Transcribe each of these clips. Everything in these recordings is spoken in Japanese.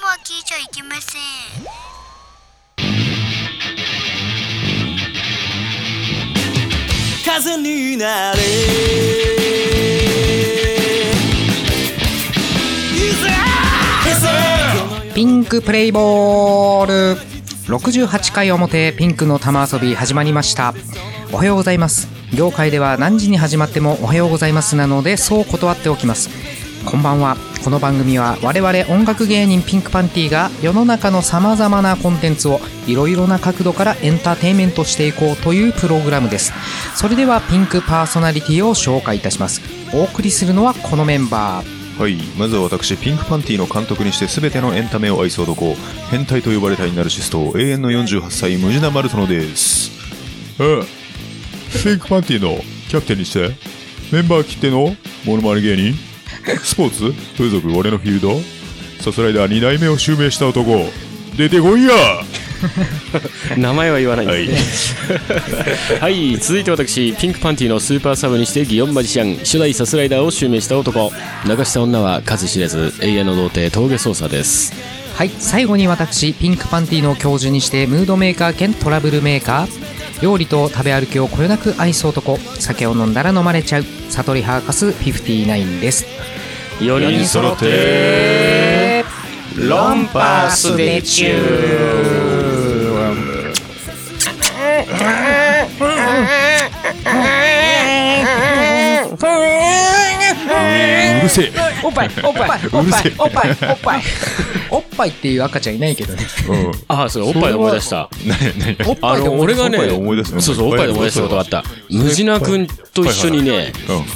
いけません風になれピンクプレイボール68回表ピンクの玉遊び始まりましたおはようございます業界では何時に始まってもおはようございますなのでそう断っておきますこんばんはこの番組は我々音楽芸人ピンクパンティが世の中のさまざまなコンテンツをいろいろな角度からエンターテインメントしていこうというプログラムですそれではピンクパーソナリティを紹介いたしますお送りするのはこのメンバーはいまずは私ピンクパンティの監督にして全てのエンタメを愛す男変態と呼ばれたいナルシスト永遠の48歳ムジナ・マルトノですええピンクパンティのキャプテンにしてメンバー切ってのモノマネ芸人スポーツ風俗俺のフィールドサスライダー2代目を襲名した男出てこいや名前は言わないはいですねはい、続いて私ピンクパンティのスーパーサブにしてギヨンマジシャン初代サスライダーを襲名した男流した女は数知れず永遠の童貞峠捜査ですはい最後に私ピンクパンティの教授にしてムードメーカー兼トラブルメーカー料理と食べ歩きをこよなく愛す男酒を飲んだら飲まれちゃうサトリハーカス59です4人揃ってロンパースでチュうるせえおっぱいおっぱいおっぱいおっぱいおっぱいおっぱいっていう赤ちゃんいないけどねうんああそうおっぱいで思い出した何何おっぱあいでの思い出俺すがねおっぱいで思い出すのそうそうおっぱいで思い出したことがあったムジナ君と一緒にね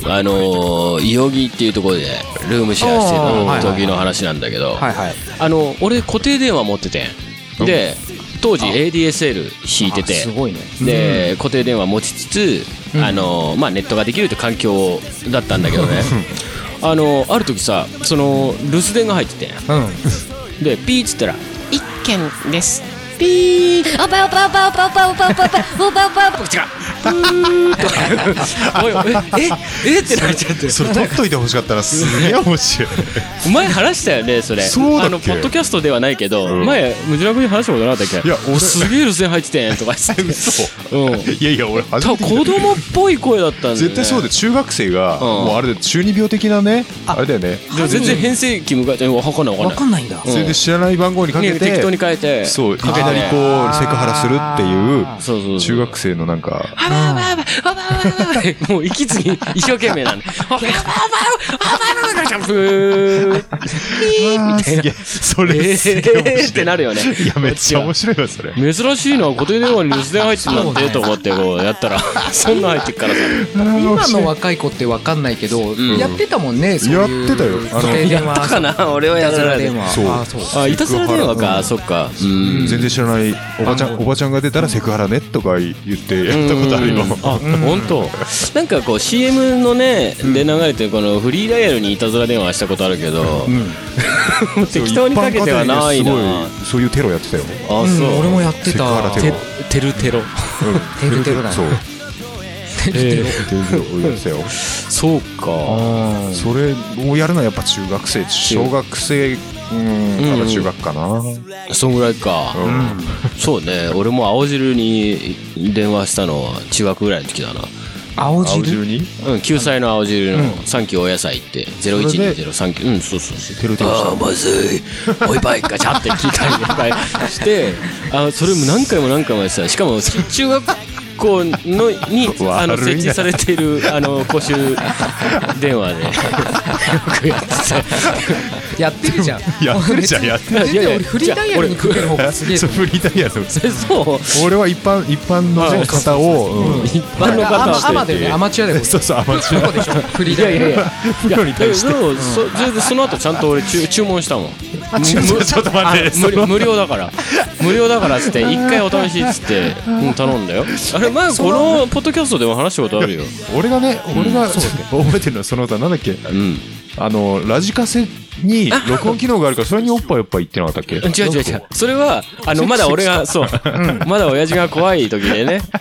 あのー、代々木っていうところでルームシェアしてた時の話なんだけどはいはいあの俺固定電話持っててうんで当時 ADSL 引いてあてすごいねで固定電話持ちつつ、あのまあ、ネットができるって環境だったんだけどね あのある時さその留守電が入っててうんでピーっつっ たら一件ですおぱおぱおぱおぱおぱおぱおぱおぱおぱおぱ違ううーんとかおいおいえ ええってなっちゃってそれ取っといてほしかったらすげえ面白い前話したよねそれそうだっけあのポッドキャストではないけど、うん前ムジラ君に話したことなかったっけいやおすげえ留守電入っててんとか言っ て嘘 うんいやいや俺初多めて分子供っぽい声だったんだよ、ね、絶対そうで中学生が、うんもうあれで中二病的なねあれだよねでも全然変声期迎えてわかんないわわかんないかんないんだうんそれで知らない番号にかけねて、適当に変えてそういきかけなたりりこうセクハラするっていうそうそうそう中学生のなんかあばあばあばあばあばあばもう息継ぎ一生懸命なんであばあばあばあばあばあばあばあばあばみたいなそえれすげえ面白いーってなるよねいやめっちゃ面白いわそれ珍しいな固定電話に留守電入ってんだってと思ってこうやったらそんなん入ってっからさ今の若い子ってわかんないけどんやってたもんねそういうやってたよあの固定電話だからな俺はやいたらずらない電話そうあそうあいたずら電話かそっかうん全然知らないおばちゃんおばちゃんが出たらセクハラねとか言ってやったことあるようんあ本当なんかこう CM のねで流れてるこのフリーダイヤルにいたずら電話したことあるけど適当にかけてはない一な般家庭ですごいそういうテロやってたよあうんそう俺もやってセクハラたテロてるてろテルテルだなそうテロやってた よそうかあそれをやるのはやっぱ中学生小学生うんから中学かな、そんぐらいかそうね俺も青汁に電話したのは中学ぐらいの時だなあ青青汁汁にうん救済の青汁の「サンキューお野菜」って012039うんそうそうそうテロテロしたああまずいおいばいガチャって聞いたりとかしてあそれも何回も何回もやってたしかも中学校のにあの設置されているあの公衆電話でよくやってやってるじゃんやってるじゃんやってた全然俺フリーダイヤルにかける方がすげえそうフリーダイヤルそれそう俺は一般一般のはい方をうん一般のア方マアマだよねアマチュアだよそうそうアマチュそうでしょフリーいダやイヤいやルいやプロに対 していやでもそそその後ちゃんと俺注注文したもんアちょっとちょっと待ってあ無料無料だから無料だからっつって一回お試しっつって、うん、頼んだよあれ前このポッドキャストでも話したことあるよ俺がね俺が覚えてるのはその歌なんだっけうんあのラジカセに録音機能があるからそれにおっぱいおっぱい言ってなかったっけ違う違う違うそれはあ のまだ俺がそうまだ親父が怖い時でね あ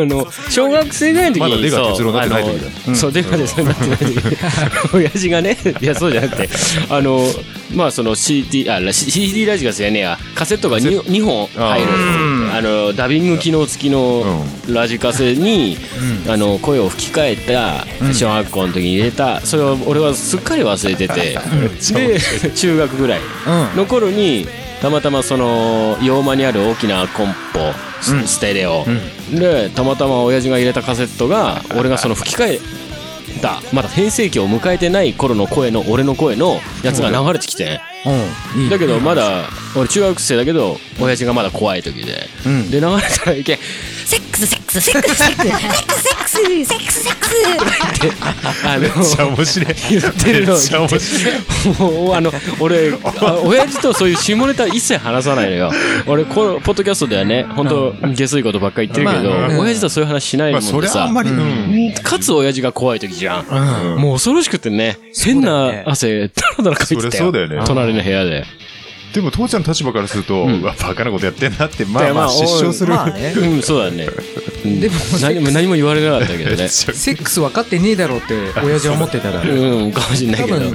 の小学生ぐらいの時にまだ出川哲朗になってない時だ そうあのそう出川哲朗になってない時親父がねいやそうじゃなくてあのまあその CD あら CD ラジカセやねえやカセットが 2, 二本入るうんあのダビング機能付きのラジカセに、あの声を吹き替えた小学校の時に入れたそれを俺はすっかり忘れててで中学ぐらいの頃にたまたまその洋間にある大きなコンポス,、うんテレオ、うでたまたま親父が入れたカセットが俺がその吹き替えたまだ変声期を迎えてない頃の声の俺の声のやつが流れてきて、うんいいだけどまだ俺中学生だけど親父がまだ怖い時で、うんで流れたらいけセックスセックスセックスセックスセックスセックスセックスセックスあのめっちゃ面白い言ってるのをめっちゃ聞面白いいてもうあの俺あ親父とそういう下ネタ一切話さないのよ俺このポッドキャストではね本当下水ことばっかり言ってるけど、まあうん親父とはそういう話しないまもあんそでれはさ、あんまり、うんかつ親父が怖い時じゃん、うんもう恐ろしくてね変な汗だらだらかいそてりたゃそようだよね隣の部屋で、でも父ちゃんの立場からすると、うんうわバカなことやってんなってまいあやままああ失笑する、まあ ねうんそうだね、うんでも何も何も言われなかったけどめね っちゃセックス分かってねえだろうって親父は思ってただろううん、かもしれないけ多ど。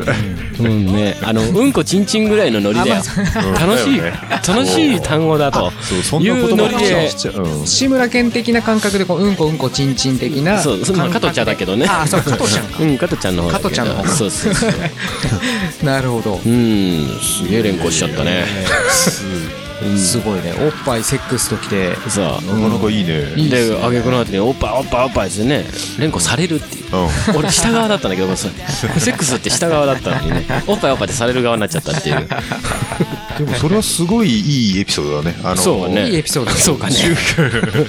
うんね、あの、うんこちんちんぐらいのノリだよ。うん楽しい、だよね楽しい単語だと。そうそんなこというノリでしちゃう、うん志村けん的な感覚でこううんこうんこちんちん的なそう、そうまあ、加感覚藤ちゃんだけどね。ああそう加藤ちゃんかうん、加藤ちゃんの方だけ加ど。藤ちゃんの方そうそうそう。 なるほどうん、すげえ連行しちゃったね。すごいねおっぱいセックスときてさあ。なかなかいいね、いいっすでね、あげくの後に、おっぱいおっぱいおっぱいですね。連行されるっていうう。ん俺下側だったんだけど、それセックスって下側だったのにね、おっぱいおっぱいってされる側になっちゃっ たっていう。でもそれはすごいいいエピソードだね。あのそうね。いいエピソードだねそうかね。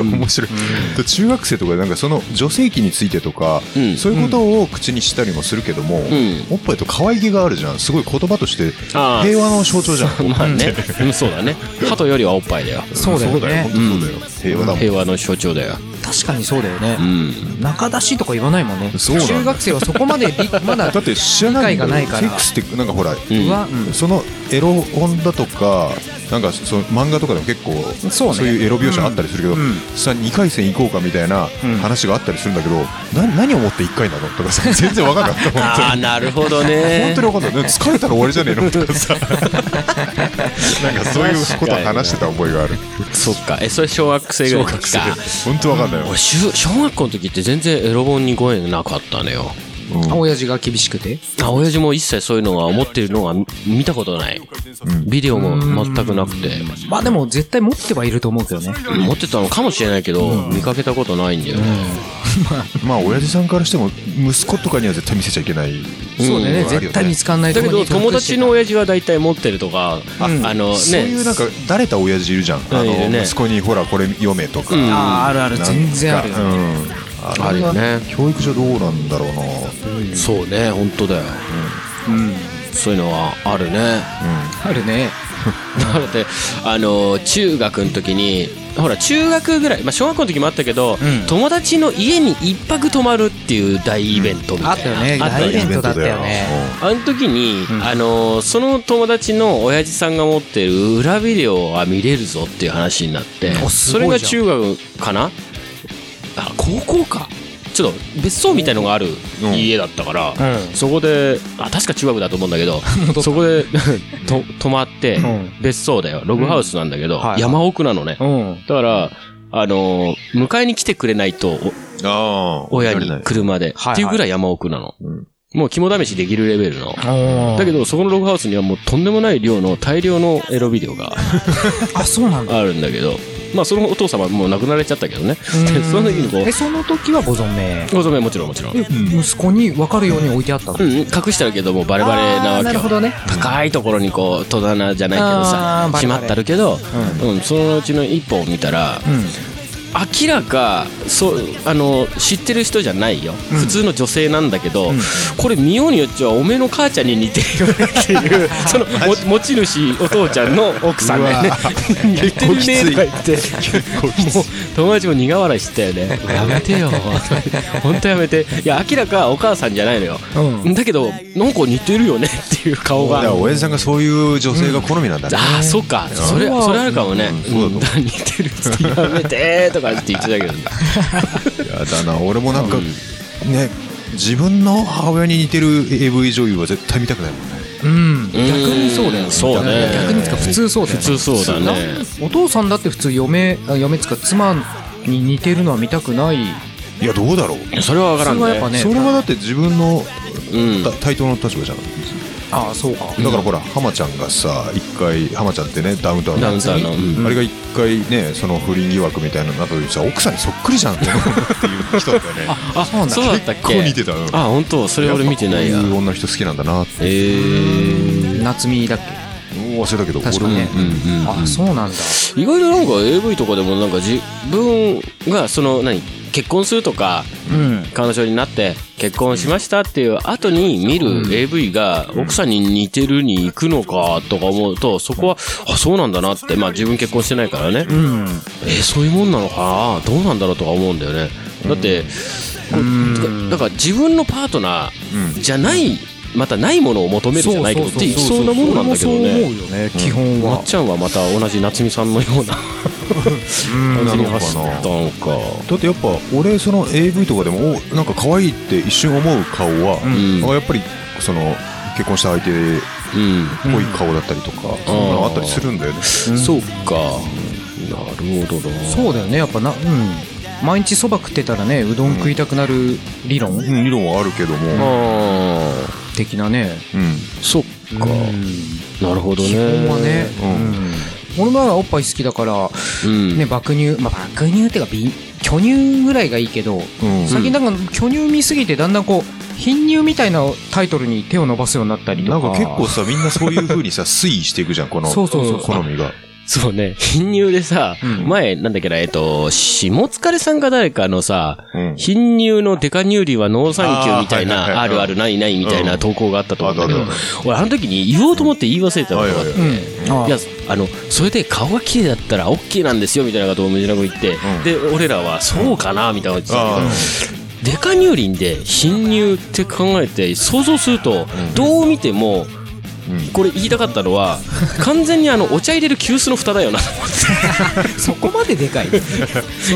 面白い、で中学生とかなんかその女性器についてとか、うんそういうことを口にしたりもするけども、んおっぱいと可愛げがあるじゃんすごい言葉としてあー平和の象徴じゃん まあね、うんそうだね。鳩よりはおっぱいだよ。 そうだよね本当そうだよ、平和だもん平和の象 徴だよ。確かにそうだよねうん。中出しとか言わないもんねそうなんだ中学生はそこまで理まだだって知ら理な解いんだがよないかセらックスってなんかほら、うんはうんそのエロ本だとかなんかその漫画とかでも結構そうねいうエロ描写あったりするけど、うんさ2回戦行こうかみたいなうん話があったりするんだけど、な何を思って1回なのとかさ全然分かんなかった本当にああ、なるほどね本。当に分かんないでも疲れたら終わりじゃねえのとかさなんかそういうことを話してた覚えがあるそっか。え、それ小学生ぐらいの時か。本当分かんないよ俺、しゅ小学校の時って全然エロ本にご縁なかったのよ。あ親父が厳しくてあ親父も一切そういうのが思ってるのが見見たことない。ビデオも全くなくて。まあでも絶対持ってはいると思うけどね持ってたのかもしれないけど、見かけたことないんだよね。まあ親父さんからしても息子とかには絶対見せちゃいけないそうだよねん絶対見つかんないとだこけろど、に友達の親父は大体持ってるとか、あうんあのそういねう、なんか誰た親父いるじゃん、あいるねの息子にほらこれ読めとか、うんあーあるあるなんか全然あるよねうんああるれよはね教育上どうなんだろうな、そうね、本当だよ。そういうのはあるね。 あるねだってあの中学の時にほら中学ぐらい、まあ、小学校の時もあったけど、うん友達の家に一泊泊まるっていう大イベントみあたっいたよな、ねあった大イよベンねトだったよねあの時に、んあのその友達の親父さんが持ってる裏ビデオは見れるぞっていう話になっておすごそいじれゃんが中学かなあ高校かちょっと別荘みたいのがあるうん家だったから、うんそこであ確か中学だと思うんだ けどそこで と泊まって、うん別荘だよログハウスなんだけど、んはい山奥なのね、うんだからあのー迎えに来てくれないとああお親に車で、はいはいっていうぐらい山奥なの、うんもう肝試しできるレベルの、だだけどそこのログハウスにはもうとんでもない量の大量のエロビデオ があそうなんだあるんだけどまあそのお父様はもう亡くなられちゃったけどねで その時にこえうその時はご存命ご存命もちろんもちろん、うん、息子に分かるように置いてあったの隠してあるけどもうバレバレなわあーけよなるほどね高いところにこう戸棚じゃないけどあさーバレ閉バレまってあるけど、うんそのうちの一本を見たら、うん明らかそうあの知ってる人じゃないよ、普通の女性なんだけど、これ見ようによっちゃおめえの母ちゃんに似てるよねって いうそのも持ち主お父ちゃんの奥さんがね「似てるね」とか言ってもう友達も苦笑いしてたよね「やめてよ」本当やめていや明らかお母さんじゃないのよ、うんだけどなんか似てるよねっていう顔だかがら。親父さんがそういう女性が好みなんだね、ああそっかそれそれあるかもね「うんそうだと思ううんだ似てる」っつって「やめて」とかって言ってたけどねやだな俺もなんか、ね自分の母親に似てる AV 女優は絶対見たくないもんねうん逆にそうだよねそうね逆につか普通そうだよ普ね通そうだねお父さんだって普通嫁あ嫁つか妻に似てるのは見たくないいやどうだろうそれは分からんそれはやっぱねねそれはだって自分のうんた対等の立場じゃんああそうかだからほら浜ちゃんがさ一回浜ちゃんってねダウンタウンダウンタウンのうんあれが一回ねその不倫疑惑みたいなのになった時にさ奥さんにそっくりじゃんっていう人だったよねあそうそうだったっけ結構似てたうんあ本当それ俺見てないややっぱこうう女の人好きなんだなってえー夏美だっけ忘れたけど確かね俺もうんうんあそうなんだ意外となんか AV とかでもなんか自分がその何結婚するとかうん彼女になって結婚しましたっていう後に見る AV が奥さんに似てるに行くのかとか思うとそこはあそうなんだなってまあ自分結婚してないからねうんえーそういうもんなのかなどうなんだろうとか思うんだよねだってんだから自分のパートナーじゃないまたないものを求めるじゃないけどっていそうなものなんだけそどう思うねよね基本まはっちゃんはまた同じ夏美さんのよううなん感じになの走かっなたのかだってやっぱ俺その AV とかでもおなんか可愛いって一瞬思う顔は、んあやっぱりその結婚した相手っうんぽい顔だったりとか、そんなのあったりするんだよね、そうか。なるほどな。そうだよねやっぱなうん毎日そば食ってたらねうどん食いたくなる理論うん、理論はあるけども、あ的なねうん、あ、そっか。なるほどね。基本はねうん俺はおっぱい好きだからうん。ね爆乳まあ爆乳っていうかび巨乳ぐらいがいいけどうん最近なんか巨乳見すぎてだんだんこう貧乳みたいなタイトルに手を伸ばすようになったりとなかんか結構さみんなそういう風にさ推移していくじゃんこのそうそうそうそう好みがそうね。貧乳でさ、うん前、なんだっけな、えっと、下疲れさんか誰かのさ、うん貧乳のデカ乳類はノーサンキューみたいあーはいはな、あいはいるあるないないみたいうなん投稿があったと思うんだけあどるある、俺あの時に言おうと思って言い忘れてたことがあっはいはいてはいうんああいやあのそれで顔が綺麗だったら OK なんですよみたいなことをムジナ君言って、うんで俺らはそうかなみたいなこと言っああてたけど、デカ乳輪で貧乳って考えて想像するとどう見てもうんこれ言いたかったの は完全にあのお茶入れる急須の蓋だよなそこまででかいい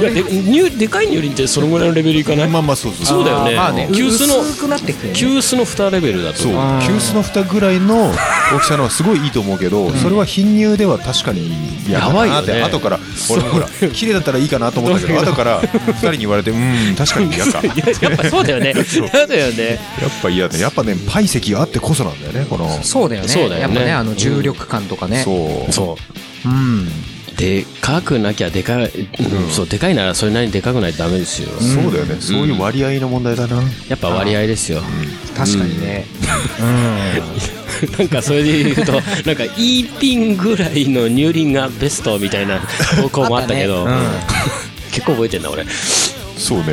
やで乳でかい乳輪ってそのぐらいのレベルいかない、まあまあそうそうそうだよね まあね急須の薄くなってくる急須の蓋レベルだとそう思うあー急須の蓋ぐらいの大きさのはすごいいいと思うけど、それは貧乳では確かにやだなって、やばいよね後から俺もほら綺麗だったらいいかなと思ったけど後から2人に言われてうん確かに嫌かやいややっぱそうだよ ねやだよねっぱ嫌だやっぱねパイ石があってこそなんだよねこのそうだよねそうだよねやっぱねあの重力感とかねそうそううんでかくなきゃでかい、うん、そうでかいならそれなりにでかくないとダメですよ、そうだよね、そういう割合の問題だな、やっぱ割合ですよ、 確かにねなんかそれで言うとなんかイーピンぐらいの乳輪がベストみたいな投稿もあったけど 結構覚えてんだ俺そうね、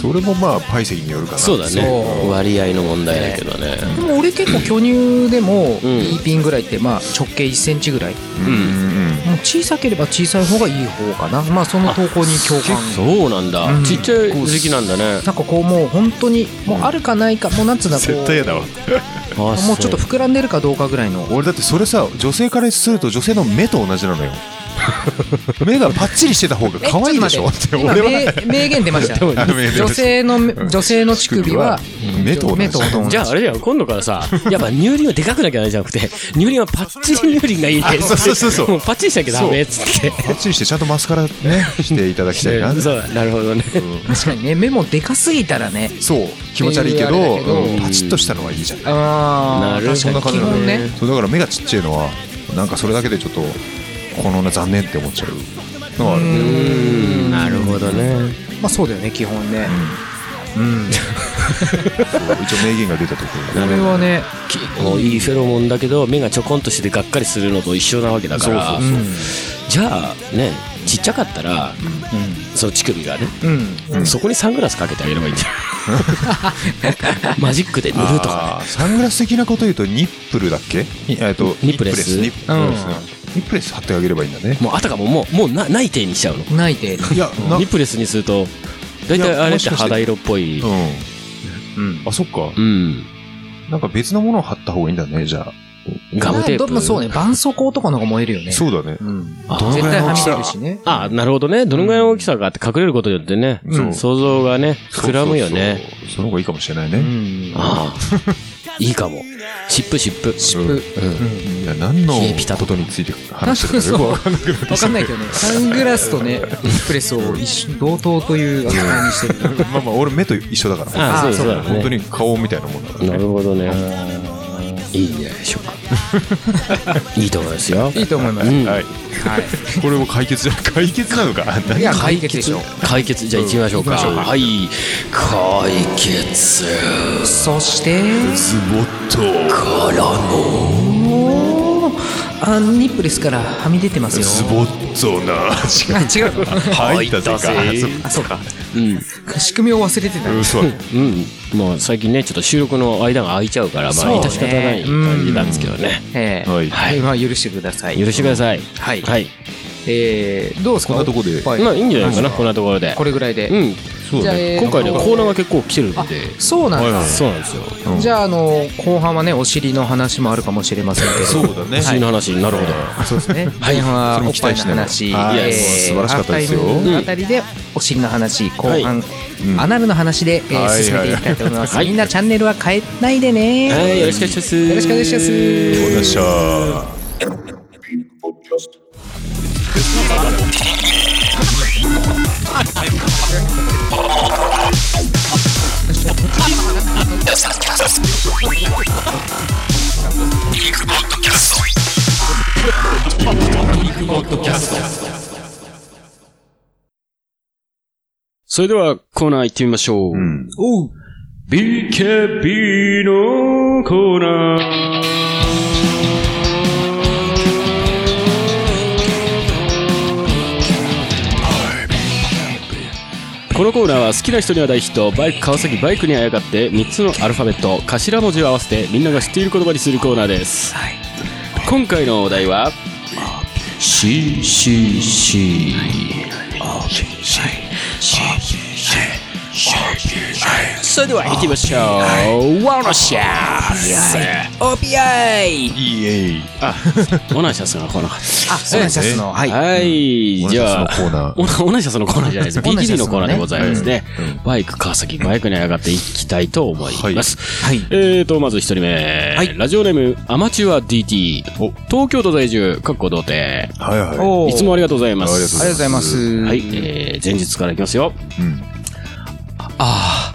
それもまあパイ石によるかなそうだねそう割合の問題だけどねでも俺結構巨乳でもうん E ピンぐらいってまあ直径1センチぐらいうんもう小さければ小さい方がいい方かなまあその投稿に共感そうなんだ、うんちっちゃい好きなんだねなんかこうもう本当にもうあるかないかもうなんつうんだこう絶対嫌だわあもうちょっと膨らんでるかどうかぐらいの俺だってそれさ女性からすると女性の目と同じな のよ目がパッチリしてた 方がえ可愛いでしょっちてょっと待って俺は 今名名言出ましたあ名言女出ました性の女性の乳首は目と同じ目と同じじゃああれだよ今度からさやっぱ乳輪はでかくなきゃダメじゃなくて乳輪はパッチリ乳輪がいいねあそうそうそうそう もパッチリしなきゃダメっつってパッチリしてちゃんとマスカラねしていただきたいなそうなるほどね確かにね目もでかすぎたらね そう気持ち悪いけどっていうあれだけどうんパチッとしたのはいいじゃんああなるほど確かに基なの本ねそうだから目がちっちゃいのはなんかそれだけでちょっとこの女残念って思っちゃうのはあるけどうんなるほどねまあそうだよね基本ねうんそう一応名言が出たところなこるれほどはねきもういいフェロモンだけど目がちょこんとしてがっかりするのと一緒なわけだからそうそううんじゃあねちっちゃかったら、その乳首がね、うんそこにサングラスかけてあげればいいんじゃないマジックで塗るとかあーサングラス的なこと言うとニップルだっけにえっとニップレスニップレスニップレス貼ってあげればいいんだねねもうあたかももうもうな内定にしちゃうの泣いていやなニップレスにすると大い体やあれもってしかして肌色っぽいうん。あ、そっかう。んなんか別のものを貼った方がいいんだね、じゃガムテーまあプそうね絆創膏とかの方が燃えるよあ。ねそうだね。うんあ絶対はみ出ーるしねあなるほどねどのぐらいの大きさがあって隠れることによってね、うん想像がね膨らむよねそうそうそう。その方がいいかもしれないうね。んあいいかも。シップシップ。シうッんプ。いや何の冷えピタことについて話してるかよく わかんなくなってきたわかんないけどね。サングラスとね、エスプレスを一緒同等という扱いにしてる。まあまあ俺目と一緒だからあ本あ当にそうだね本当に顔みたいなもんだからなるほどね。いいんじゃないでしょうか。いいと思いますよ。いいと思います。うんはいこれも解決じゃ解決なのかい何や、解解決決でしょ。解決じゃあ行ってみましょうか。はい。解決そして、ズボッとからの。あニップレスからはみ出てますよ。ズボッとな違あ、違う。う入ったぜか入ったぜ あそうかうん。仕組みを忘れてた。うんそうだうん。まあ最近ね、ちょっと収録の間が空いちゃうから、まそうあね致し方ない感じなんですけどね。ええはいはい。まあ、許してください。許してください。はいはい。えーどうですかこんなとこではいまあいいんじゃないかな、こんなところで。これぐらいで。うん。そうじゃだあねえー今回ね、コーナーが結構来てるんあで。そうなんはいはだい。そうなんですよ。うんじゃあ、あの、後半はね、お尻の話もあるかもしれませんけど。そうだね不思議な話、なるほど。そうですね。前半はおっぱいの話、はい素晴らしかったですよハーフタイムあたりでお尻の話、後は半、アナルの話で、えーはい進めていきたいと思います。はいみんなチャンネルは変えないでね。はい、よろしくお願いします。よろしくお願いします。お願いしますそれではコーナー行ってみましょう。んおう BKB のコーナー。このコーナーは好きな人には大ヒット、バイク、川崎、バイクにあやかって3つのアルファベット、頭文字を合わせてみんなが知っている言葉にするコーナーです。今回のお題は、CCC。それでは行きましょう。ワナシャス。イエイオナシャスのコーナー。あ、そうなんですの。はい。はい。じゃオあ、ナシャスのコーナーオナオナシャスのコーナーじゃないです。ビナキシャニスののねコーナーでございますねうんうん。バイク、川崎、バイクに上がっていきたいと思います。はい。えーと、まず一人目。はいラジオネーム、アマチュア DT。お東京都在住、かっこ童貞。はいはいおーいつもありがとうございます。ありがとありがとうございます。はい、えー、前日からいきますよ。うんああ、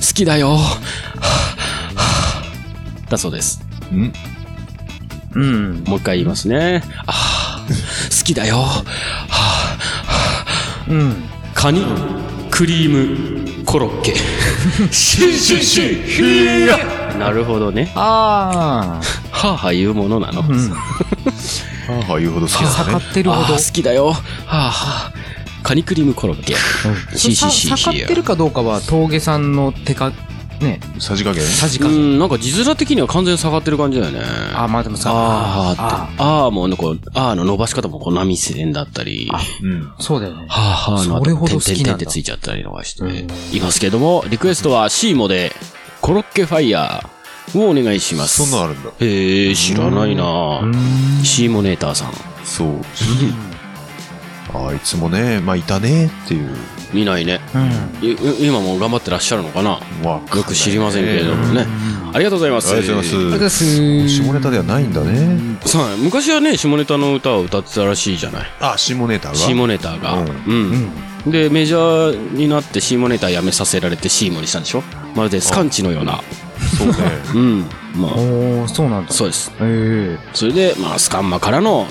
好きだよ。はあはあだそうです。うんうん。もう一回言いますね。ああ、好きだよ。はあうん。カニ、クリーム、コロッケ。シュシュシュヒヤなるほどね。あはあはあ言うものなの。あ。うん。ああいうほど好きだ盛ねってるあほあ、ど。好きだよ。はあはあ。カニクリームコロッケ。シュシュシュさヒ盛ヤってるかどうかは、峠さんの手か、ね、さじ加減さじうか。ん、なんか字面的には完全に下がってる感じだよね。あ、まあでもさ、あーあーって。あーもうこう、あーの伸ばし方もこう波線だったり、はうんあそうだよね。あはあのそ後れほど好きなんだ点々点々ってついちゃったりとかして、いますけども、リクエストは C モで、コロッケファイヤーをお願いしまそす。んなんあるんだへえ、知らないなうん。シーモネーターさん。そうあいつもねまあいたねっていう見ないね。うん。い今も頑張ってらっしゃるのかなわよく知りませんけれどもね。ありがとうございます。ありがとうございありがとうございまますす。下ネタではないんだねそう昔はね、下ネタの歌を歌ってたらしいじゃない。あ下ネタがシーモネターが。ううんん。で、メジャーになってシーモネター辞めさせられてシーモにしたんでしょまるでスカンチのような。そうねうん。まあ、おお、そうなんだ。そうです。ええそれで、まあ、スカンマからの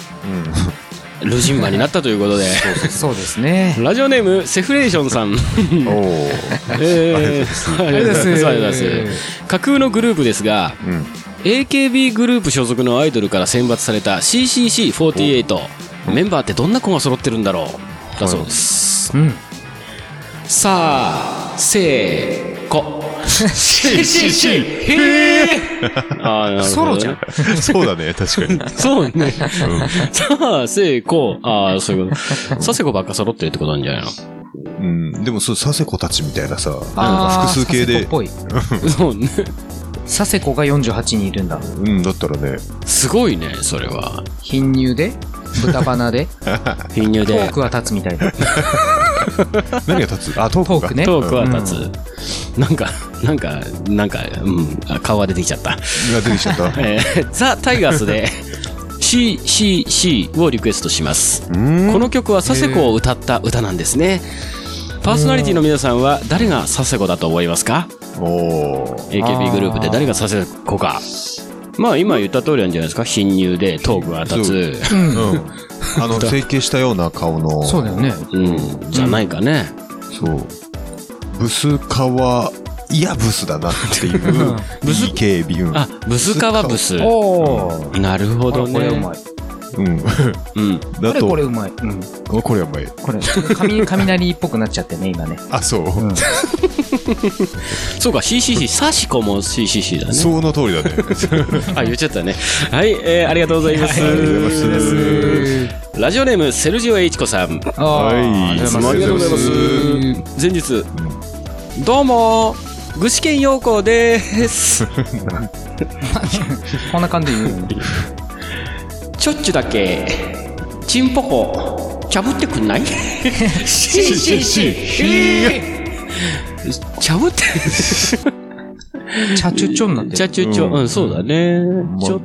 ルジンマになったということで。そうですね。ラジオネーム、セフレーションさ ん。うんおおえー ありがとうございます。ありがとうございます。架空のグループですが、うん AKB グループ所属のアイドルから選抜された CCC48 メンバーってどんな子が揃ってるんだろうだそうです、うん。さあせーこ CCC へえあーなるほどね ソロじゃんそうだね確かにそうねさあせーこああそういうことさせこばっか揃ってるってことなんじゃないのうんでもそうサセコたちみたいなさあー複数形佐世子でっぽい。そうね佐世子が48人いるんだ。うんだったらねすごいねそれは貧乳で、豚鼻 で、貧乳トでークは立つみたいな。何が立つあトークトかークね。トークは立つ、なんかなんか、なんか、うん、あ顔が出てきちゃった。が出てきちゃったえーザ・タイガースで CCC をリクエストします。この曲は佐世子を歌った歌なんですね。パーソナリティの皆さんは誰が佐世子だと思いますかおー AKB グループで誰がさせる子か。まあ今言った通りなんじゃないですか。貧乳で頭部は立つ。うんあの整形したような顔のそうだよね。うん。じゃないかね。そうブスカはいやブスだなっていうブス BKB うんあ、ブスかはブス。おお。なるほこどれこれうねま。い。うんうん。だこれとこれうまい。うん。あこれやばいこれ雷雷っぽくなっちゃってね今ね。あそう、そうか、CCC、サシコも CCC だね。その通りだねあ、言っちゃったね。はい、えーありがとうございます。ありがとうございますラジオネーム、セルジオエイチコさん。ああはいりがとつうもごあざいりがとうま。ございますす。前日、どうも、具志堅陽子です。こんな感じで言うよね。ちょっちゅだけ、チンポポ、ちゃぶってくんないししちゃぶって、チャチュチョになってちゃる。ちゅちょ、うん、そうだね。まちょ、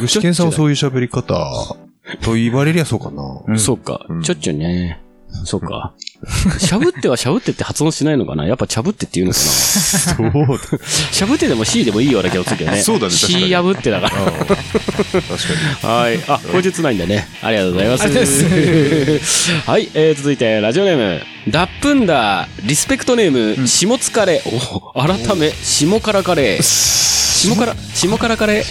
具志堅さんはそういう喋り方と言われりゃそうかな。そうかう、んちょっちゅね。そうか。しゃぶってはしゃぶってって発音しないのかなやっぱちゃぶってって言うのかなそうだ。確か しゃぶってでも C でもいいような気がするけどね。そうだね確かに C やぶってだ から。はい。あ、口述ないんだね。ありがとうございます。 はい、えー、続いて、ラジオネーム。ダップンダー、リスペクトネーム、下津カレー。お改め、下からカレー。下から、下からカレー。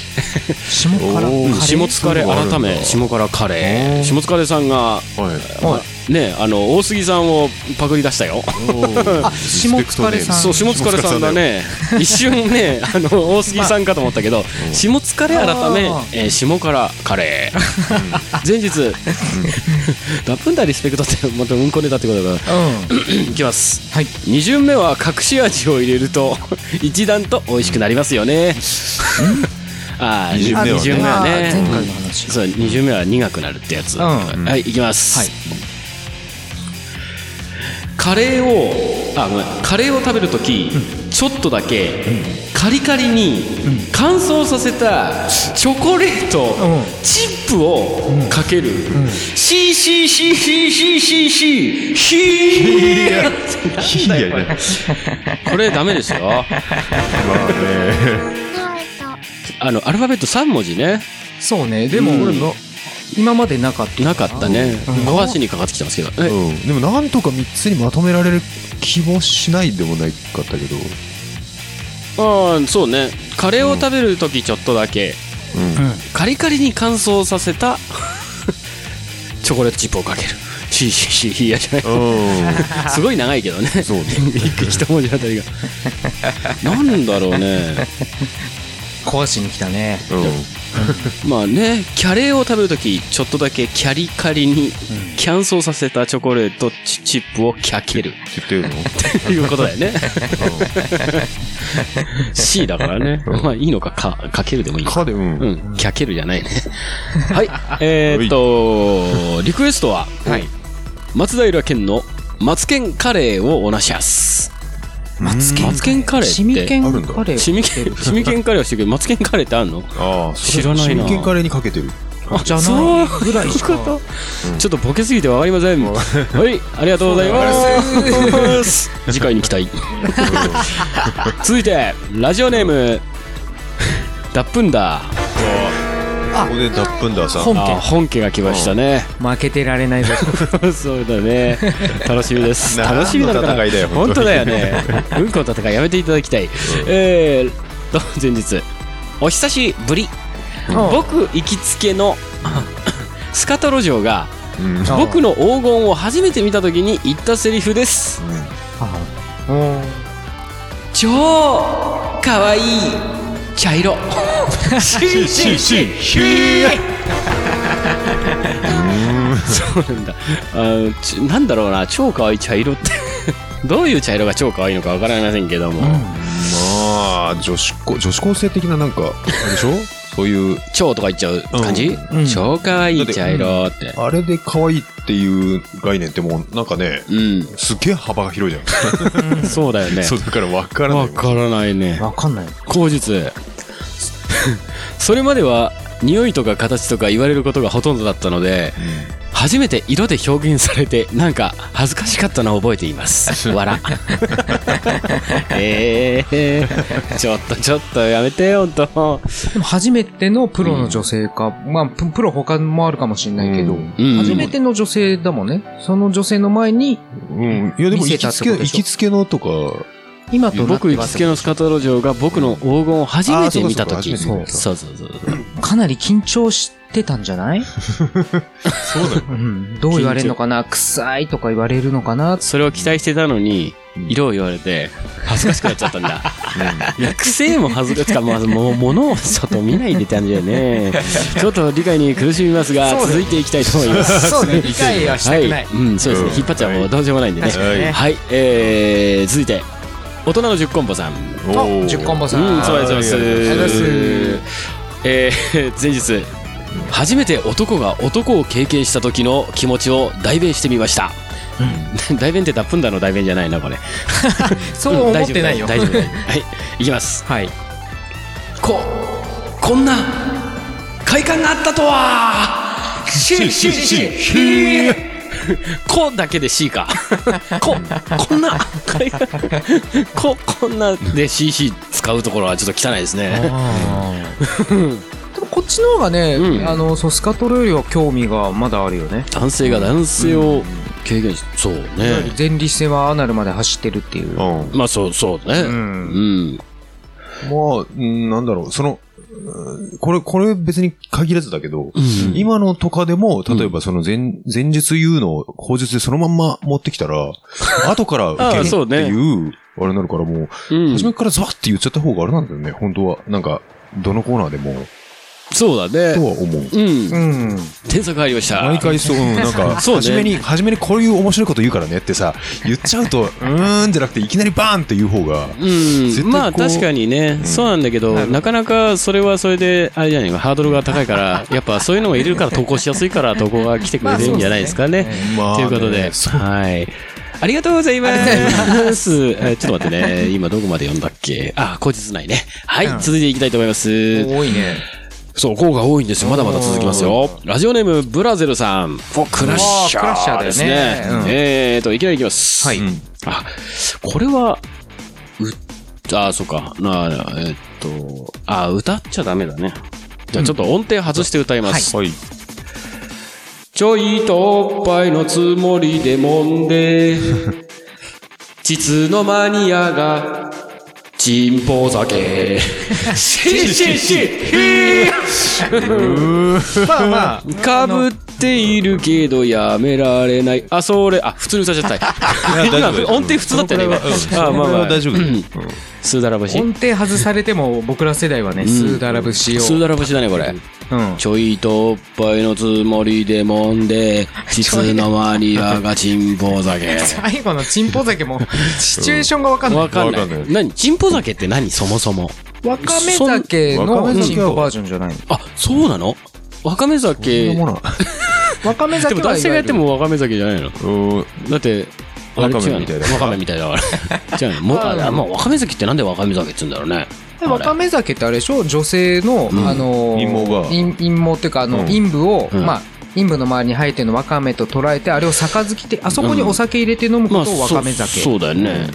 下からカレー下津カレー、改め、下からカレー。下津カレーさんが、に。はい。ね、あの、大杉さんをパクり出したよ。下疲れさんそう、下疲れさんだね。一瞬ね、あの、大杉さんかと思ったけど、下疲れ改めあ、えー下からカレー。前日、ラップンダーリスペクトって、またうんこネタってことだかうん。ら、いきます。はい。 2巡目は隠し味を入れると、一段と美味しくなりますよね。 ああ、二巡目はね二巡目はあー前ね回。の話。そう、2巡目は苦くなるってやつ。んはい、いきます。はいカレーをあごめんカレーを食べるとき、ちょっとだけ、カリカリに乾燥させたチョコレート、んチップをかける、シーシーシーシーシーシーシーヒ いーや いや、これダメですよあのアルファベット3文字ねそうね。でも今までなかった。なかったねうん小足にかかってきてますけど、えうん。でもなんとか3つにまとめられる気もしないでもないかったけど。ああそうねカレーを食べるときちょっとだけ、うんカリカリに乾燥させたチョコレートチップをかけるシーシーシーいやじゃないうん。すごい長いけどねそうね。一文字あたりがなんだろうね壊しに来たね。うまあねキャレーを食べるときちょっとだけキャリカリに乾燥させたチョコレートチチップをキャけるん。って言ってるのっていうことだよね C だからねまあいいのかかかけるでもいいのか で、う。うんん、キャケルじゃないね。はい、えーっと、リクエストは、はい松平健の松健カレーをおなしやす。マツケン。松健カレーってシミケンあるんだカレー。シミケン、シミケンカレーはしてるけど、松健カレーってあんのああ、知らないな真剣カレーにかけてる。あじゃそうないぐらいしか。ことちょっとボケすぎてわかりません。はい、ありがとうございます。次回に期待。続いて、ラジオネーム、ダップンダー。ここでダップンダーさん。本あ家本家が来ましたね。負けてられないぞ。そうだ ね。楽しみです。何の楽しみなのかな戦いだよ本本当当にだ よね。うんこの戦いやめていただきたい。えーと、前日、お久しぶり。僕行きつけの スカトロ城がうん。あ僕の黄金を初めて見た時に言ったセリフです。うん超かわいい茶 色。シーシーシーシーそうなんだ。あーちなんだろうな、超可愛い茶色って。 どういう茶色が超可愛いのかわからませんけども。まあ、女子高、女子高生的ななんか、あれでしょそういう蝶とか言っちゃう感じ、うん超かわいい茶色って。あれで可愛いっていう概念ってもうなんかねうすげえ幅が広いじゃないですかん。そうだよねそうだから分からないわからないね。わかんない。口述。 それまでは、匂いとか形とか言われることがほとんどだったので、初めて色で表現されて、なんか恥ずかしかったのを覚えています。 笑。ええちょっとちょっとやめてよ、ほんと。でも初めてのプロの女性か、まあ、ププロ他もあるかもしれないけど、うんうん初めての女性だもんね。その女性の前に、うんいやでも見せ行たってきつこけとで行しょきつけのとか今となって僕は行きつけのスカトロ嬢が僕の黄金を初めて見た時あそうかそそうそうそうそうかなり緊張してたんじゃ ないそうだようん。どう言われるのかな臭いとか言われるのかなそれを期待してたのにうん色を言われて恥ずかしくなっちゃったんだいや癖も恥ずかしかまあもう物をちょっと見ないでたんだよねちょっと理解に苦しみますが続いていきたいと思いますそうね、理解ははい、うん、そうですねうん引っ張っちゃもうどうしようもないんでねかにねはいえー続いて大人の10コンボさんおー10コンボさん。うん、そうです、そうです。ありがとうございえー 前日、初めて男が男を経験した時の気持ちを代弁してみました。 代弁ってたプンダの代弁じゃないな、これ。そう思ってないよ。大丈夫。大丈夫はい、いきます。はい。こ、こんな、快感があったとはシーシーシーシーこだけで C か。こ、こんな、快感こ、こんなで CC 使うところはちょっと汚いですね。でもこっちの方がね、うんあの、そうスカトロよりは興味がまだあるよね。男性が男性を経験し、そうね。前立腺はアナルまで走ってるっていう。うんまあそう、そうね。ううん。ん。まあうんなんだろうそのうんこれこれ別に限らずだけどうん今のとかでも、例えばその前、前日言うのを口述でそのまんま持ってきた ら、後から受けるあそうってねいう、あれになるからもう、うん初めからザワって言っちゃった方があれなんだよね、本当は。なんか、どのコーナーでも、そうだとね。は思う。うう。んん。添削入りました。毎回そう、うんなんか、 そうね初めに、初めにこういう面白いこと言うからねってさ、言っちゃうと、うーんじゃなくて、いきなりバーンって言う方が、う絶対ん、こうまあ確かにね、そうなんだけど、なかなかそれはそれで、あれじゃないか、ハードルが高い から、やっぱそういうのも入れるから投稿しやすいから、投稿が来てくれてるんじゃないですかね。まあということで、はい。ありがとうございます。えちょっと待ってね。今どこまで読んだっけあ、口実ないね。はい、続いていきたいと思います。多いね。そう、号が多いんですよ。まだまだ続きますよ。ラジオネーム、ブラゼルさん。おクラッシおーャー。クラッシャーだよねですね。うんえーと、いきなりいきます。はいうんあ、これは、う、あ、そうか。なあ、えっと、あ、歌っちゃダメだね。じゃあちょっと音程外して歌います。はい。ちょいとおっぱいのつもりでもんで、 膣のマニアが、チンポ酒。しししまあまあ、かぶっているけどやめられない。あ、それ、あ、普通に歌っちゃった。いや今大丈夫音程普通だったよね、今。あ、まあまあ。大丈夫だようんスーダラ節。音程外されても僕ら世代はね、スーダラ節を。スーダラ節だね、これ。うん。ちょいとおっぱいのつもりでも んで、実のマリアがチンポ酒。最後のチンポ酒 も、シチュエーションがわかんない。わかんな。わかんない何チンポ酒って何そもそも。わかめ酒そんわかのめチン酒はポバージョンじゃないの。あ、そうなのわかめ酒。ほら、わかめで酒もは男性がやってもわかめ酒じゃないのうんだって、あれわかめみたいだ違うのわかめみたい だから。違うのもうああまあ、わかめ酒ってなんでわかめ酒って言うんだろうね。でわかめ酒ってあれでしょ女性の、んあのー陰謀が陰陰謀っていうかあの、うん陰部を、うんまあ陰部の周りに生えてるのをわかめと捉えてあれを杯ってあそこにお酒入れて飲むまこあ、とをわそかうめ酒、そうだよね。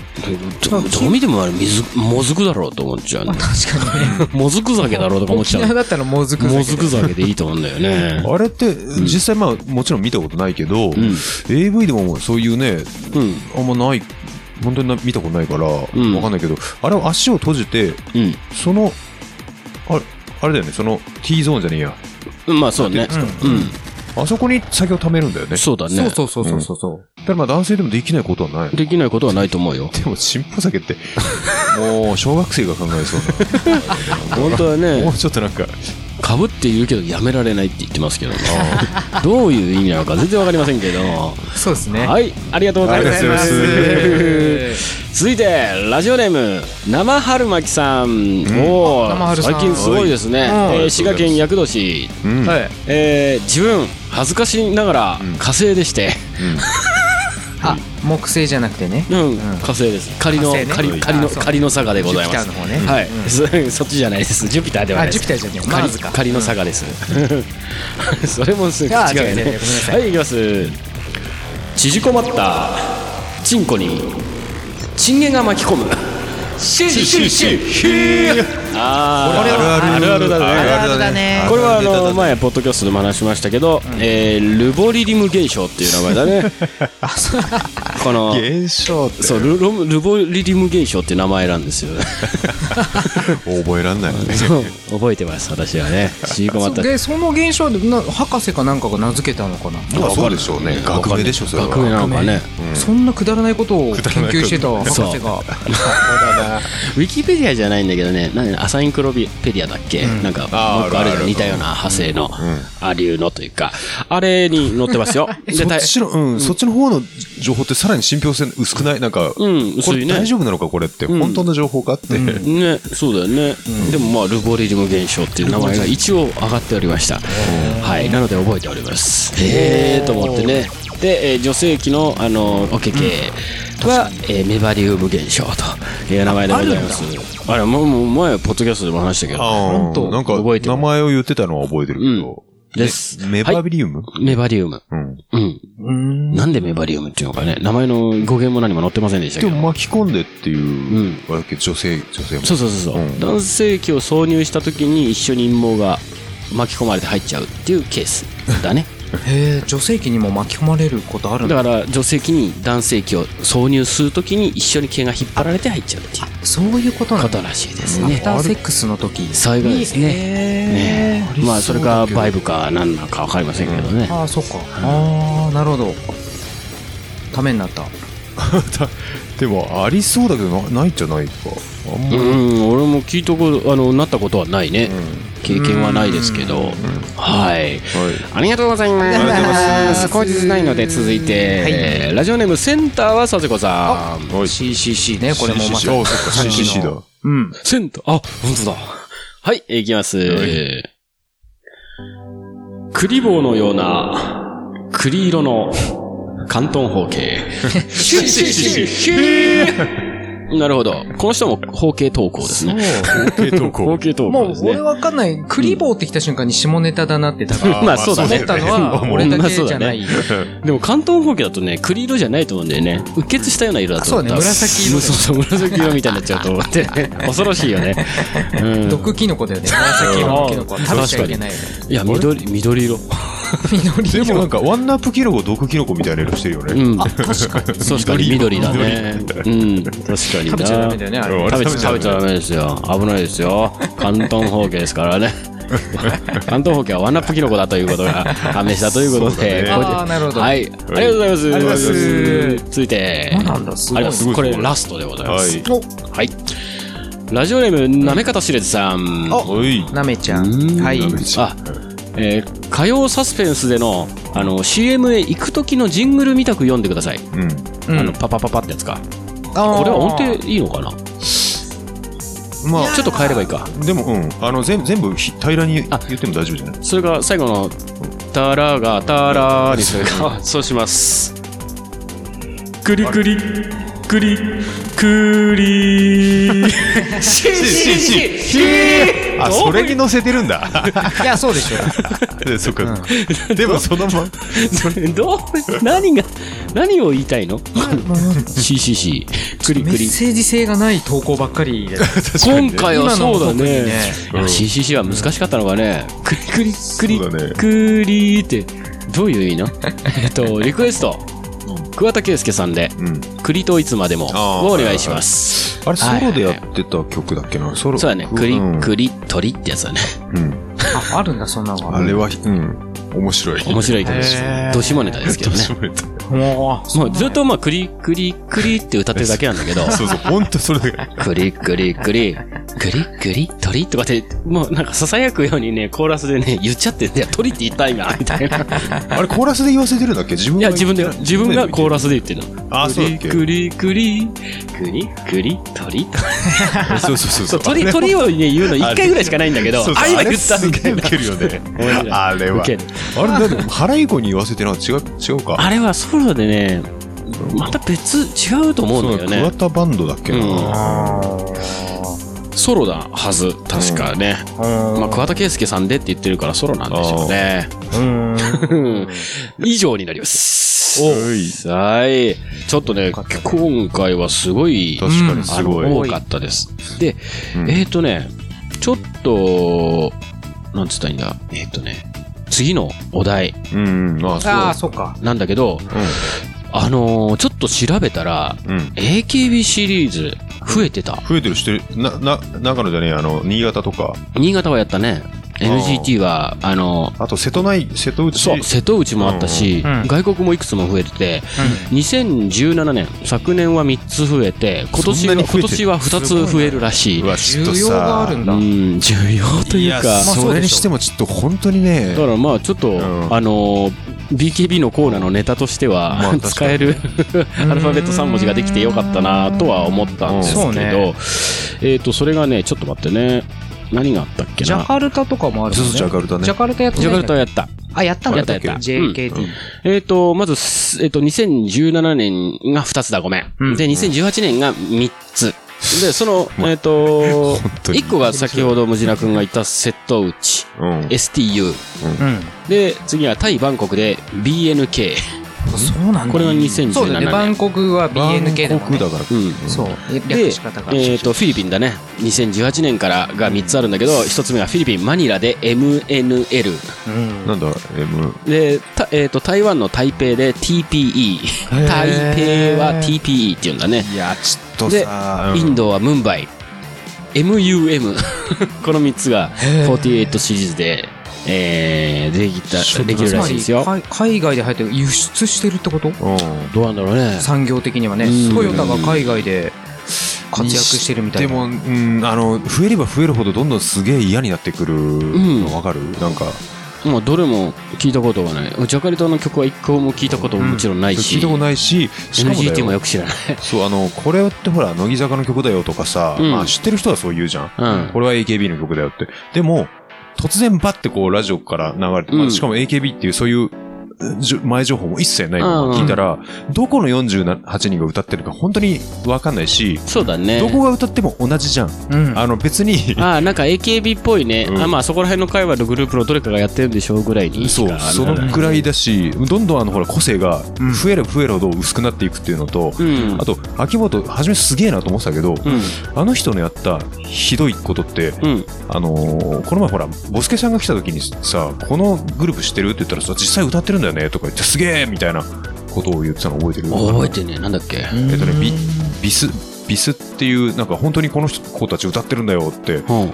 どどう見てもあれ、水、もずくだろうと思っちゃ うね。確かにねもずく酒だろうとか思っ沖ちゃ縄う。だったらもずくも酒ずく酒でいいと思うんだよね。あれって、実際まあ、もちろん見たことないけど、ん AV でもそういうね、 うん。あんまない、本当にな見たことないから、わんかんないけど、あれは足を閉じて、うその、あれ、あれだよね、その T ゾーンじゃねえや。ん。まあ、そうね。うあそこに酒を貯めるんだよね。ん。そうだね。そうそうそうそうそう、だからまあ男性でもできないことはない。 できないことはないと思うよ。でも、チンポ酒って、もう、小学生が考えそう本当はな。も ねう、ちょっとなんか、かぶっているけどやめられないって言ってます けどな。どういう意味なのか全然わかりませんけど。そうですねはい、ありがとうございます。続いてラジオネーム生春巻さん、おお生春さん最近すごいですね、はいえー滋賀県厄年、うんはいえー自分恥ずかしながら火星でして、あ木星じゃなくてねうんん火星です仮の、火星ね仮はい仮あのそう仮の佐賀でございますジュピターの方ねはい、 そっちじゃないですジュピターではないですあジュピターじゃない仮マーズか仮の佐賀です、 それもすぐ違うあーよ違う違うごめんねなさいはいいきます縮こまったチンコにチンゲが巻き込むシュシュシュシュシュああるあるあるだねあるあるだねーこれはあの前ポッドキャストでも話しましたけど、えールボリリム現象っていう名前だ ねこの現象ってそうルロムルボリリム現象って名前なんですよ覚えらんないよね覚えてます私は ねシーコマったでその現象でな博士かなんかが名付けたのかな、まあそうでしょうね学名でしょそれは学名なのかねそんなくだらないことを研究してた博士そうがウィキペディアじゃないんだけどねなんアサインクロビペディアだっけ、なんかあーもう一個ああるあるじゃるん似たような派生の、あ流のというかあれに載ってます よでそたっいちの、うん、そっちの方の情報ってさらに信憑性薄くないなんか、んこ薄れいね大丈夫なのかこれって、本当の情報かって、ね、そうだよね、でもまあルボリリム現象っていう名前が一応上がっておりましたはいなので覚えておりますへえと思ってねで、えー女性器の、あのおけけは、えーメバリウム現象という名前でございますあれもうもう前ポッドキャストでも話したけどあ当あ、なんか覚えてる名前を言ってたのは覚えてるけど。うんですメバビリウム、メバリウムうん。うんなんでメバリウムっていうのかね名前の語源も何も載ってませんでしたけでども巻き込んでっていう、あれだっけ女性、女性も。そうそうそうそう、うん男性器を挿入した時に一緒に陰謀が巻き込まれて入っちゃうっていうケース だねへえ女性器にも巻き込まれることあるんだだから女性器に男性器を挿入する時に一緒に毛が引っ張られて入っちゃうっていうそういうことなんことだらしいですアフねターセックスの時にそういうことですねへねえまあそれかバイブブか何なのか分かりませんけどね、ああそっかああなるほどためになったでも、ありそうだけどな、ないじゃないか。あんまうん、俺も聞いたことあのなったことはないね、経験はないですけど、はい、ありがとうございますありがとうございます口実ないので続いて、えーラジオネームセンターはさぜこさん CCC ねこれもまさにあ、そっか、CCC だ。うんセンターあ本当だはいいきます、クリボーのような栗色の関東方形 シュッシュッシュッシュッなるほどこの人も方形投稿ですね系統方校。形投稿もうですね俺わかんないクリボーって来た瞬間に下ネタだなって多分あまあそうだね思ったのは俺だけじゃないでも関東方形だとね、栗色じゃないと思うんだよね。うっ血したような色だと思あそうだね紫色だよそうそう、紫色みたいになっちゃうと思って ね。恐ろしいよね。うん。毒キノコだよね紫色のキノコは食べちゃいけないよねいや、緑、緑色。でもなんか、ワンナップキノコ、毒キノコみたいな色してるようね。ん。確 かに。確かに緑だね。うん。確かにな。食べちゃダメだよねあれ食べちゃ食べちゃダメですよ。危ないですよ。関東方形ですからね。 関東方形はワンナップキノコだということが判明したということで。そうだねあーなるほどはい。ありがとうございます。ありがとうございます続いて。そうなんだすごいありますごいこれラストでございまはすい。。はい。ラジオネーム、なめかたしれずさん。おい。なめちゃんうんはいあ、えー火曜サスペンスでの、あの、CM へ行く時のジングルみたく読んでください。うん。うんあの、パパパパってやつか。あーこれは音程いいのかなまあ、ちょっと変えればいいか。でも、うん。あの、全全部ひ平らに言っても大丈夫じゃないそれが最後の、タラがタラにするか。そうします。くりくり、くり、く り。ししししあ、それに乗せてるんだ。 いやそうでしょでそっか。でも、そのまま。それ どう何が何を言いたいの ?CCC クリメクッリセージ性がない投稿ばっかりで今回はそう今だねのもいや CCC は難しかったのがねクリクリそクうだリねクリってどういう意味のえっとリクエスト桑田佳祐さんでうん。 「栗といつまでも」あーをお願いしますあれ、ソはいロでやってた曲だっけな、ソロ。そうだねクリうんクリ鳥ってやつだねうん。ああるんだそんなのがあれは、うん。面白い。面白いけどへーど下ネタですけどね面白いもうもうずっとまあクリクリクリって歌ってるだけなんだけどそうそう、ほんとそれだけ。クリクリクリグリグリ鳥とかって、もうなんか囁くようにね、コーラスでね、言っちゃって、いや、鳥って言った今、みた いな。あれコーラスで言わせてるんだっけ自分いがや、自分で、自分がコーラスで言ってるの。あそうだっけグリグリ、グリグリ、鳥とか。ス そうそうそうそそうう、鳥、鳥をね、言うの一回ぐらいしかないんだけど、そうそうあ、今言ったあれみすたげえいウな。ケるよね面 白いあれウはケるあれでも腹いこに言わせてるのは違う違うかあれはソロでね、また別、違うと思うんだよそうね。桑田バンドだっけなあソロだはず、確かね。ーまあ、桑田佳祐さんでって言ってるからソロなんでしょうね。うん。うん 以上になります。おいはい。ちょっとね、今回はすごい、確かにすごいあの多かったです。で、うんえっ、ー、とね、ちょっと、なんつったらいいんだ、えっ、ー、とね、次のお題うんうんあそうああ、そっか。なんだけど、あのーちょっと調べたら、うん AKB シリーズ増えてた。増えてるしてるなな長野じゃねえあの新潟とか新潟はやったね。NGT は、あのーあと瀬戸内瀬戸内そう、瀬戸内もあったし、うんうん外国もいくつも増えてて、2017年、昨年は3つ増えて、今年は、そんなに増えてる今年は2つ増えるらしい。うわちょっと需要があさるんうだ。ん、重要というか、やまあそうでしょそれにしてもちょっと本当にねだからまあちょっと、んあのー、BKB のコーナーのネタとしては、まあ使えるアルファベット3文字ができてよかったなとは思ったんですけど、うんそうねえっ、と、それがね、ちょっと待ってね、何があったっけジャな。カルタとかもあるもんね。そうそうジャカルタねジャカルタやったジャカルタやった。あ、やったんだやったやった JKT。えっ、と、まずす、えっ、と、2017年が2つだ、ごめん。うんで、2018年が3つ。で、その、えっ、と、当に1個が先ほどムジナ君が言った瀬戸内、うん STU。うん。で、次はタイ・バンコクで BNK。そうなんだ。これが2017年。そうだね。バンコクは BNK だもんねだからうん。そう。で、え略し方が。っ、と、フィリピンだね。2018年からが3つあるんだけど、1つ目がフィリピン・マニラで MNL。うん。なんだ M で、たえっ、と、台湾の台北で TPE。台北は TPE って言うんだね。いやちょっとでさ、インドはムンバイ MUM この3つが48シリーズで、えー、できたできるらしいですつよまり海海外で入って輸出してるってことうんどうなんだろうね産業的にはねうんトヨタが海外で活躍してるみたいでなも、うん、あの増えれば増えるほどどんどんすげえ嫌になってくるんの分かる、なんかもうどれも聞いたことがないジャカルタの曲は一個も聞いたことももちろんないし、聞いたことないししかもだ NGT もよよく知らないそうあのこれってほら乃木坂の曲だよとかさ、うんまあ、知ってる人はそう言うじゃん、うんこれは AKB の曲だよってでも突然バッてこうラジオから流れて、まあうんしかも AKB っていうそういうじょ前情報も一切ないまうんま聞いたら、どこの48人が歌ってるか本当に分かんないし、そうだねどこが歌っても同じじゃん、うんあの別にああなんか AKB っぽいね、うんあまあそこら辺の界隈のグループのどれかがやってるんでしょうぐらいにそうそのうぐらいだしどんどんあのほら個性がうん増えれば増えるほど薄くなっていくっていうのと、んあと秋元初めすげえなと思ってたけど、うんあの人のやったひどいことって、うんあのーこの前ほらボスケさんが来た時にさ「このグループ知ってる?」って言ったらさ「実際歌ってるんだよね」とか言って「すげえ!」みたいなことを言ってたの覚えてる覚えてねなんだっけえっとねビビスビスっていうなんか本当にこの人子たち歌ってるんだよってうん言っ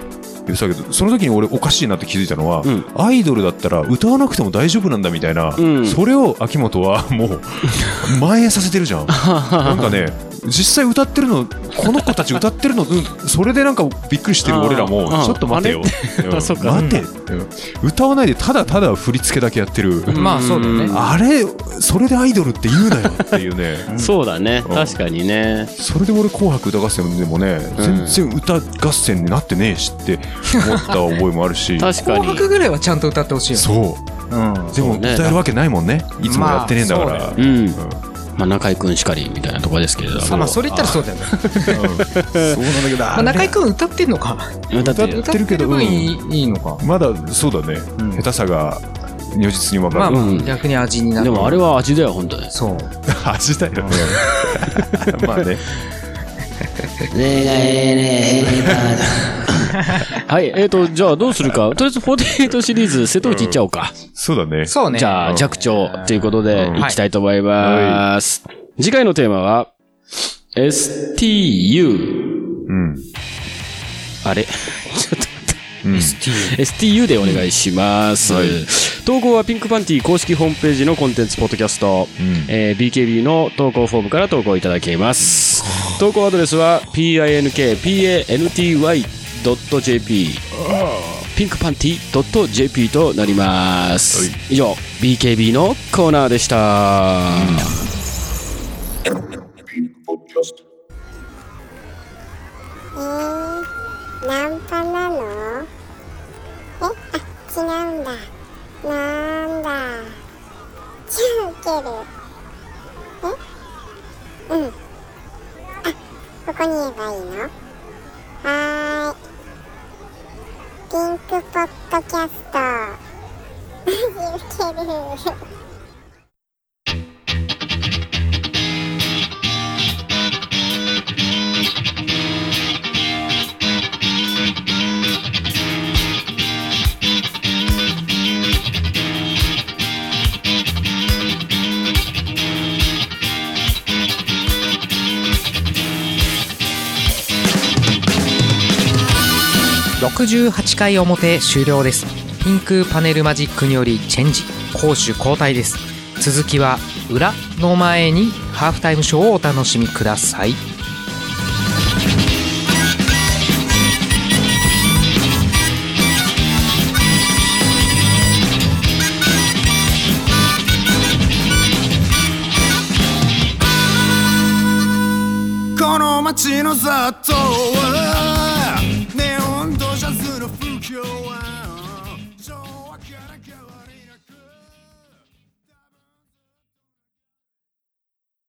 てたけどその時に俺おかしいなって気づいたのは、うんアイドルだったら歌わなくても大丈夫なんだみたいな、うんそれを秋元はも う蔓延させてるじゃんなんかね実際歌ってるのこの子たち歌ってるの、うんそれでなんかびっくりしてる俺らもあーあーちょっと待てよ、うん あそっか待て、うん歌わないでただただ振り付けだけやってる、まあそうだねあれそれでアイドルって言うなよっていう ねそうだねうん確かにねそれで俺「紅白歌合戦」でもね、ん全然歌合戦になってねえしって思った覚えもある し確か紅に白ぐらいはちゃんと歌ってほしいよねそううんでもね歌えるわけないもんねいつもやってねえんだから、まあううんんまあ、中居君しかりみたいなとこですけれどあもまあそれ言ったらそうだよねそうなんだけどまあ中居君歌ってんのか歌ってる歌ってるけど歌ってる分いいいいのかまだそうだね、うん下手さが如実に分まかあ る、うん逆に味になるでもあれは味だよ本当にそう味だよね まあねはいえっ、ー、とじゃあどうするかとりあえず48シリーズ瀬戸内いっちゃおうか、そうだねそうねじゃうあん弱調ということでうんいきたいと思います、次回のテーマは STU うんあれちょっと待って STU でお願いします、投稿はピンクパンティ公式ホームページのコンテンツポッドキャスト、うんえー BKB の投稿フォームから投稿いただけます投稿アドレスは p i n k p a n t y .jp ピンクパンティ .jp となります、は以上 BKB のコーナーでした、えー、ナンパなのえ、あ、違うんだ。なんだ。じゃあ受ける。えうん。あ、ここに言えばいいのはーい。ピンクポッドキャスト。 マジ受ける。 68回表終了ですピンクパネルマジックによりチェンジ攻守交代です続きは裏の前にハーフタイムショーをお楽しみくださいこの街の雑踏は